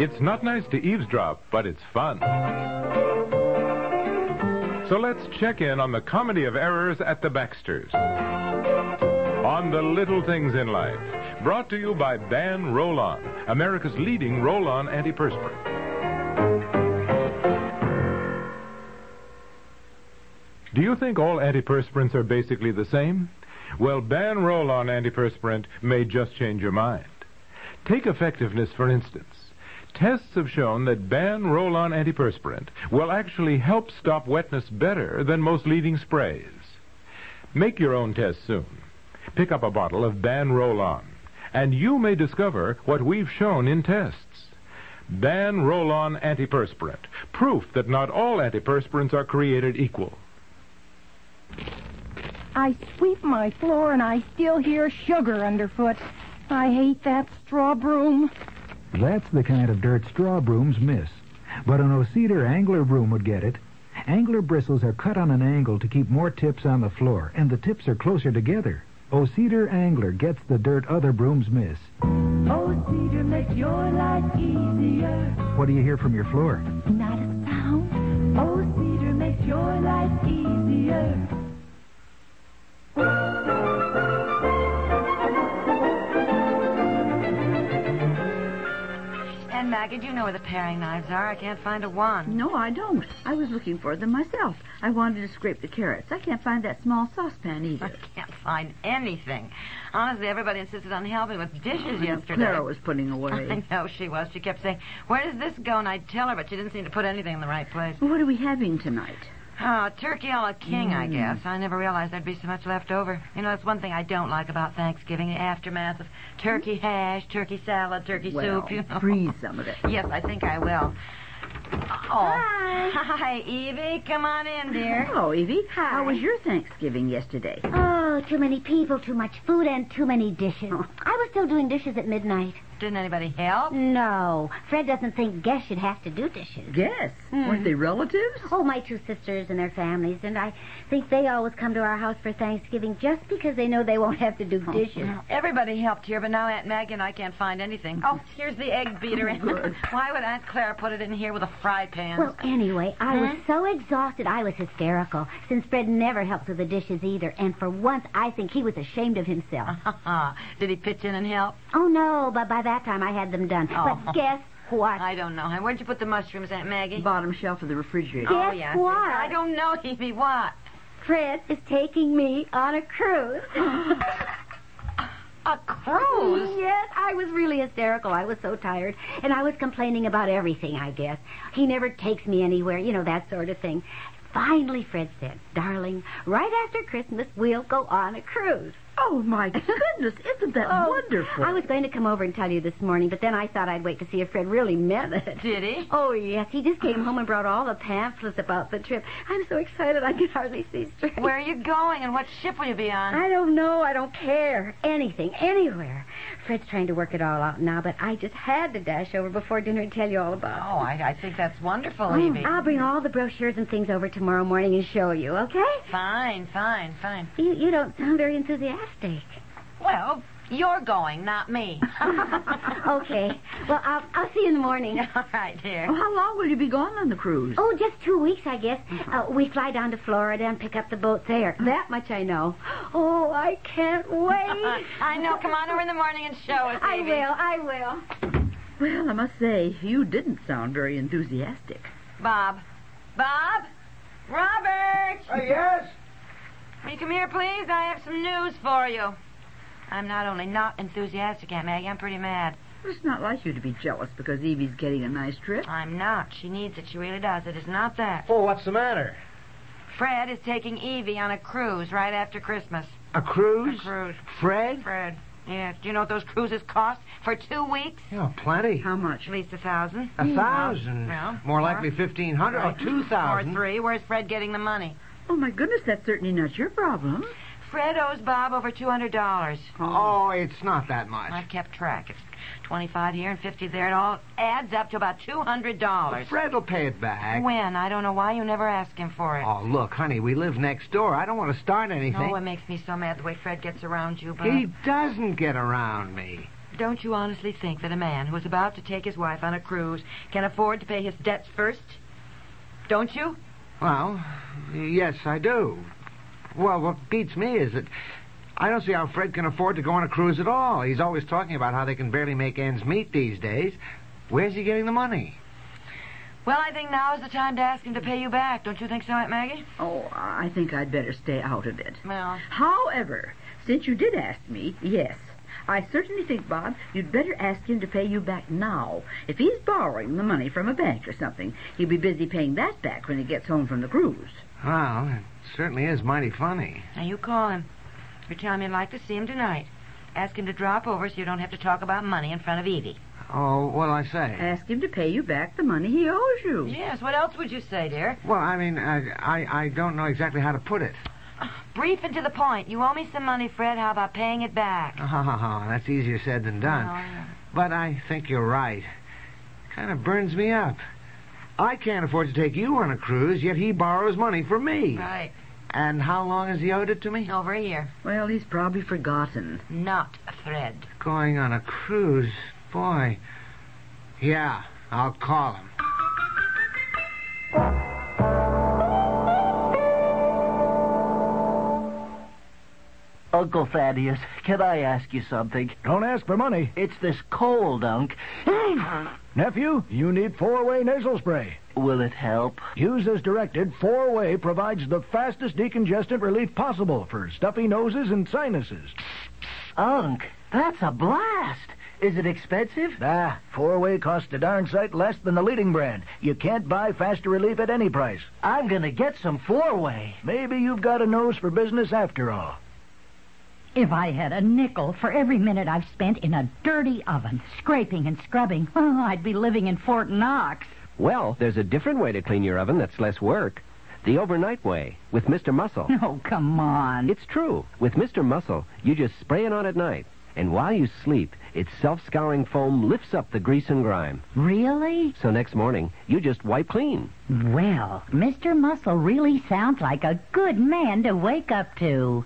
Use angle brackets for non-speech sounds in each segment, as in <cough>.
It's not nice to eavesdrop, but it's fun. So let's check in on the comedy of errors at the Baxters. On the little things in life. Brought to you by Ban Roll On, America's leading roll on antiperspirant. Do you think all antiperspirants are basically the same? Well, Ban Roll On antiperspirant may just change your mind. Take effectiveness, for instance. Tests have shown that Ban Roll On antiperspirant will actually help stop wetness better than most leading sprays. Make your own test soon. Pick up a bottle of Ban Roll On, and you may discover what we've shown in tests. Ban Roll On antiperspirant, proof that not all antiperspirants are created equal. I sweep my floor and I still hear sugar underfoot. I hate that straw broom. That's the kind of dirt straw brooms miss. But an Ocedar angler broom would get it. Angler bristles are cut on an angle to keep more tips on the floor, and the tips are closer together. Ocedar angler gets the dirt other brooms miss. Oh, cedar makes your life easier. What do you hear from your floor? Not a sound. Oh, cedar makes your life easier. And Maggie, do you know where the paring knives are? I can't find a wand. No, I don't. I was looking for them myself. I wanted to scrape the carrots. I can't find that small saucepan either. Can't find anything. Honestly, everybody insisted on helping with dishes yesterday. Clara was putting away. <laughs> I know she was. She kept saying, "Where does this go?" And I'd tell her, but she didn't seem to put anything in the right place. What are we having tonight? Ah, Mm. turkey a la king, I guess. I never realized there'd be so much left over. You know, that's one thing I don't like about Thanksgiving—the aftermath of turkey hash, turkey salad, turkey well, soup. You know. freeze some of it. <laughs> Yes, I think I will. Oh. Hi. <laughs> Hi, Evie. Come on in, <laughs> dear. Hello, Oh, Evie. How was your Thanksgiving yesterday? Oh, too many people, too much food, and too many dishes. I was still doing dishes at midnight. Didn't anybody help? No, Fred doesn't think guests should have to do dishes. Yes. Hmm. Weren't they relatives? Oh, my two sisters and their families, and I think they always come to our house for Thanksgiving just because they know they won't have to do Oh, dishes. Everybody helped here, but now Aunt Maggie and I can't find anything. Oh, here's the egg beater. Good. Why would Aunt Clara put it in here with a fry pan? Well, anyway, I was so exhausted I was hysterical, since Fred never helped with the dishes either, and for once I think he was ashamed of himself. Uh-huh. Ah, Did he pitch in and help? oh, no, but by that time I had them done. Oh. But guess what? I don't know. And Where'd you put the mushrooms, Aunt Maggie? Bottom shelf of the refrigerator. Guess oh, yeah. I see. what? I don't know, <laughs> Evie. What? Fred is taking me on a cruise. A cruise? Yes, I was really hysterical. I was so tired. And I was complaining about everything, I guess. He never takes me anywhere, you know, that sort of thing. Finally, Fred said, Darling, right after Christmas, we'll go on a cruise. Oh, my <laughs> goodness. Isn't that Oh. wonderful? I was going to come over and tell you this morning, but then I thought I'd wait to see if Fred really meant it. Did he? Oh, yes. He just came home and brought all the pamphlets about the trip. I'm so excited I can hardly see straight. Where are you going and what ship will you be on? I don't know. I don't care. Anything, anywhere. Fred's trying to work it all out now, but I just had to dash over before dinner and tell you all Oh, about I, I think that's wonderful, it. Evie. I'll bring all the brochures and things over tomorrow morning and show you, okay? Fine, fine, fine. You, you don't sound very enthusiastic. <laughs> Well, you're going, not me. <laughs> okay. Well, I'll, I'll see you in the morning. All right, Oh, dear. how long will you be gone on the cruise? Oh, just two weeks, I guess. Uh, we fly down to Florida and pick up the boat there. That much I know. Oh, I <laughs> can't wait. Uh, I know. Come on over in the morning and show us. Oh, I Evie. will, I will. Well, I must say, you didn't sound very enthusiastic. Bob. Bob? Robert! yes? Will you come here, please? I have some news for you. I'm not only not enthusiastic, Aunt Maggie, I'm pretty mad. It's not like you to be jealous because Evie's getting a nice trip. I'm not. She needs it. She really does. It is not that. Oh, what's the matter? Fred is taking Evie on a cruise right after Christmas. A cruise? A cruise. Fred? Fred. Yeah, do you know what those cruises cost for two weeks? Yeah, plenty. How much? At least a thousand. A thousand. No. More likely fifteen hundred or Right. two Or thousand. three. Where's Fred getting the money? Oh, my goodness, that's certainly not your problem. Fred owes Bob over two hundred dollars. Oh, it's not that much. I've kept track. It's twenty-five here and fifty there. It all adds up to about two hundred dollars. Fred will pay it back. When? I don't know why you never ask him for it. Oh, look, honey, we live next door. I don't want to start anything. No, it makes me so mad the way Fred gets around you, but he doesn't get around me. don't you honestly think that a man who is about to take his wife on a cruise can afford to pay his debts first? Don't you? Well, yes, I do. Well, what beats me is that I don't see how Fred can afford to go on a cruise at all. He's always talking about how they can barely make ends meet these days. Where's he getting the money? Well, I think now is the time to ask him to pay you back. Don't you think so, Aunt Maggie? Oh, I think I'd better stay out of it. Well, However, since you did ask me, yes. I certainly think, Bob, you'd better ask him to pay you back now. If he's borrowing the money from a bank or something, he'll be busy paying that back when he gets home from the cruise. Well, it certainly is mighty funny. now you call him. You tell him you'd like to see him tonight. Ask him to drop over so you don't have to talk about money in front of Evie. Oh, what'll I say? Ask him to pay you back the money he owes you. Yes, what else would you say, dear? Well, I mean, I, I, I don't know exactly how to put it. Brief and to the point. You owe me some money, Fred. How about paying it back? Oh, <laughs> that's easier said than done. Oh, yeah. But I think you're right. Kind of burns me up. I can't afford to take you on a cruise, yet he borrows money from me. Right. And how long has he owed it to me? Over here. Well, he's probably forgotten. Not Fred. Going on a cruise, boy. Yeah, I'll call him. Uncle Thaddeus, can I ask you something? Don't ask for money. It's this cold, Unc. <clears throat> Nephew, you need four way nasal spray. Will it help? Use as directed, four way provides the fastest decongestant relief possible for stuffy noses and sinuses. Unc, that's a blast. Is it expensive? Nah, four way costs a darn sight less than the leading brand. You can't buy faster relief at any price. I'm going to get some four way. Maybe you've got a nose for business after all. If I had a nickel for every minute I've spent in a dirty oven, scraping and scrubbing, <laughs> oh, I'd be living in Fort Knox. <laughs> Well, there's a different way to clean your oven that's less work. The overnight way, with Mr. Muscle. Oh, come on. It's true. With Mr. Muscle, you just spray it on at night. And while you sleep, its self scouring foam lifts up the grease and grime. Really? So next morning, you just wipe clean. Well, Mr. Muscle really sounds like a good man to wake up to.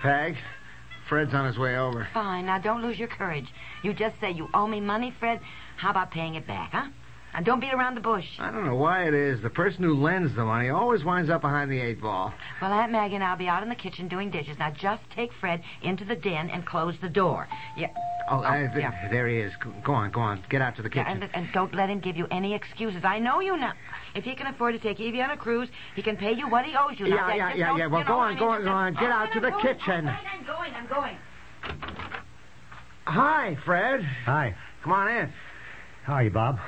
Peg, Fred's on his way over. Fine. Now, don't lose your courage. You just say you owe me money, Fred. How about paying it back, huh? And don't beat around the bush. I don't know why it is. The person who lends the money always winds up behind the eight ball. Well, Aunt Maggie and I'll be out in the kitchen doing dishes. Now, just take Fred into the den and close the door. Yeah. Oh, uh, th- yeah. there he is. Go- Go on, go on. Get out to the Yeah, kitchen. and, and don't let him give you any excuses. I know you now. If he can afford to take Evie on a cruise, he can pay you what he owes you. now. Yeah, yeah, just yeah, don't- yeah. Well, you go know, on, I mean, go on, just- go on. Get All out right, to the I'm going, kitchen. all right, I'm going. I'm going. Hi, Fred. Hi. Come on in. How are you, Bob?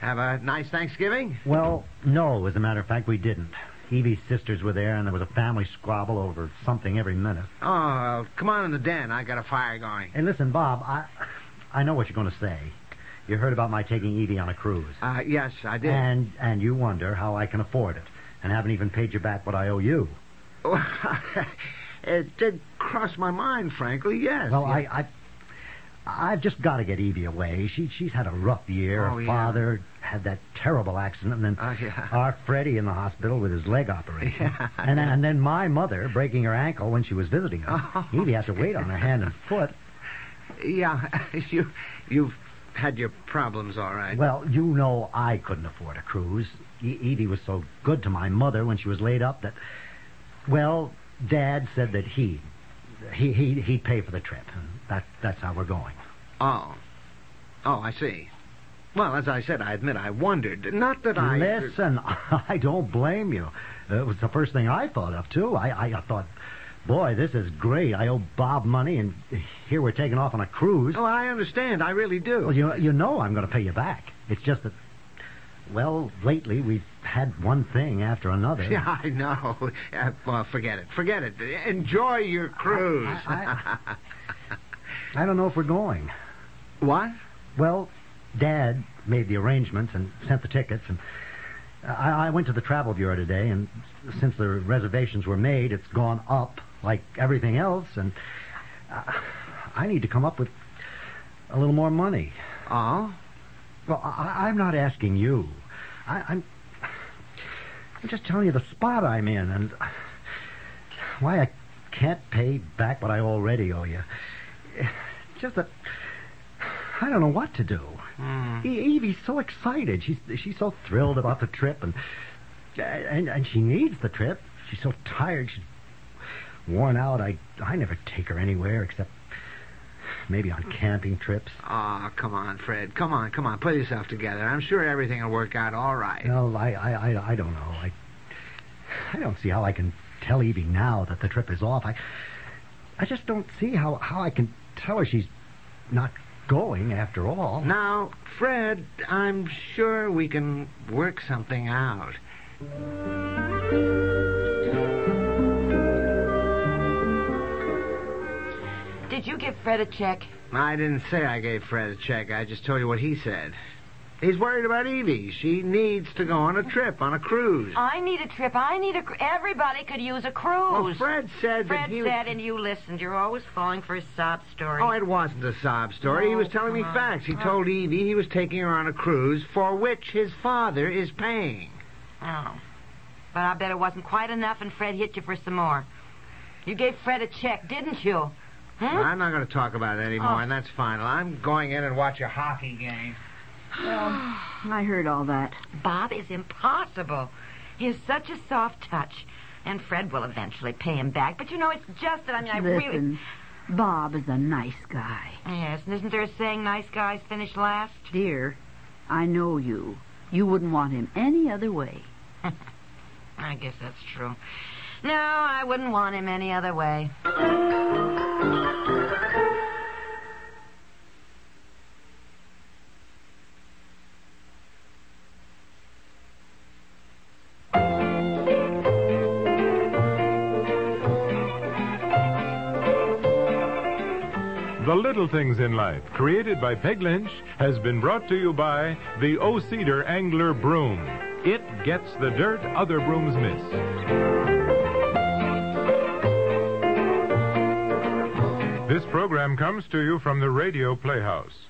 Have a nice Thanksgiving. Well, no, as a matter of fact, we didn't. Evie's sisters were there, and there was a family squabble over something every minute. Oh, well, come on in the den. I got a fire going. Hey, listen, Bob, I, I know what you're going to say. You heard about my taking Evie on a cruise. Uh, yes, I did. And, and you wonder how I can afford it, and haven't even paid you back what I owe you. <laughs> it did cross my mind, frankly. Yes. Well, yeah. I, I, I've just got to get Evie away. She, she's had a rough year. Oh, Her yeah. father had that terrible accident, and then Oh, yeah. <laughs> our Freddie in the hospital with his leg operation, Yeah. and then and then my mother breaking her ankle when she was visiting us. Oh. Evie has to wait on her hand and foot. Yeah, <laughs> you, you've had your problems, all right. Well, you know I couldn't afford a cruise. E- Evie was so good to my mother when she was laid up that, well, Dad said that he, he, he he'd pay for the trip. And that that's how we're going. Oh. Oh, I see. Well, as I said, I admit I wondered. Not that I. Listen, <laughs> I don't blame you. It was the first thing I thought of, too. I, I, I thought, boy, this is great. I owe Bob money, and here we're taking off on a cruise. Oh, I understand. I really do. Well, you, you know I'm going to pay you back. It's just that, Well, lately we've had one thing <laughs> after another. Yeah, I know. Uh, well, forget it. Forget it. Enjoy your cruise. Uh, I don't know if we're going. What? Well, Dad made the arrangements and sent the tickets, and I, I went to the travel bureau today, and since the reservations were made, it's gone up like everything else, and uh, I need to come up with a little more money. Oh? Well, I, I'm not asking you. I, I'm, I'm just telling you the spot I'm in, and why I can't pay back what I already owe you. Just that I don't know what to do. E- Evie's so excited. She's she's so thrilled about the trip, and and and she needs the trip. She's so tired. She's worn out. I I never take her anywhere except maybe on camping trips. Oh, come on, Fred. Come on, come on. Pull yourself together. I'm sure everything will work out all right. No, I I I, I don't know. I I don't see how I can tell Evie now that the trip is off. I I just don't see how how I can tell her she's not going after all. Now, Fred, I'm sure we can work something out. Did you give Fred a check? I didn't say I gave Fred a check. I just told you what he said. He's worried about Evie. She needs to go on a trip, on a cruise. I need a trip. I need a. Cr- Everybody could use a cruise. Well, Fred said that Oh, Fred he was- said, and you listened. You're always falling for a sob story. Oh, it wasn't a sob story. he No, was telling me come on. facts. He Oh. told Evie he was taking her on a cruise for which his father is paying. Oh. But I bet it wasn't quite enough, and Fred hit you for some more. You gave Fred a check, didn't you? Hmm? I'm not going to talk about it anymore, Oh. and that's final. I'm going in and watch a hockey game. I heard all that. Bob is impossible. He is such a soft touch. And Fred will eventually pay him back. But you know, it's just that I mean, I really. Listen, Bob is a nice guy. Yes, and isn't there a saying nice guys finish last? Dear, I know you. You wouldn't want him any other way. I guess that's true. No, I wouldn't want him any other way. The Little Things in Life, created by Peg Lynch, has been brought to you by the O Cedar Angler Broom. It gets the dirt other brooms miss. This program comes to you from the Radio Playhouse.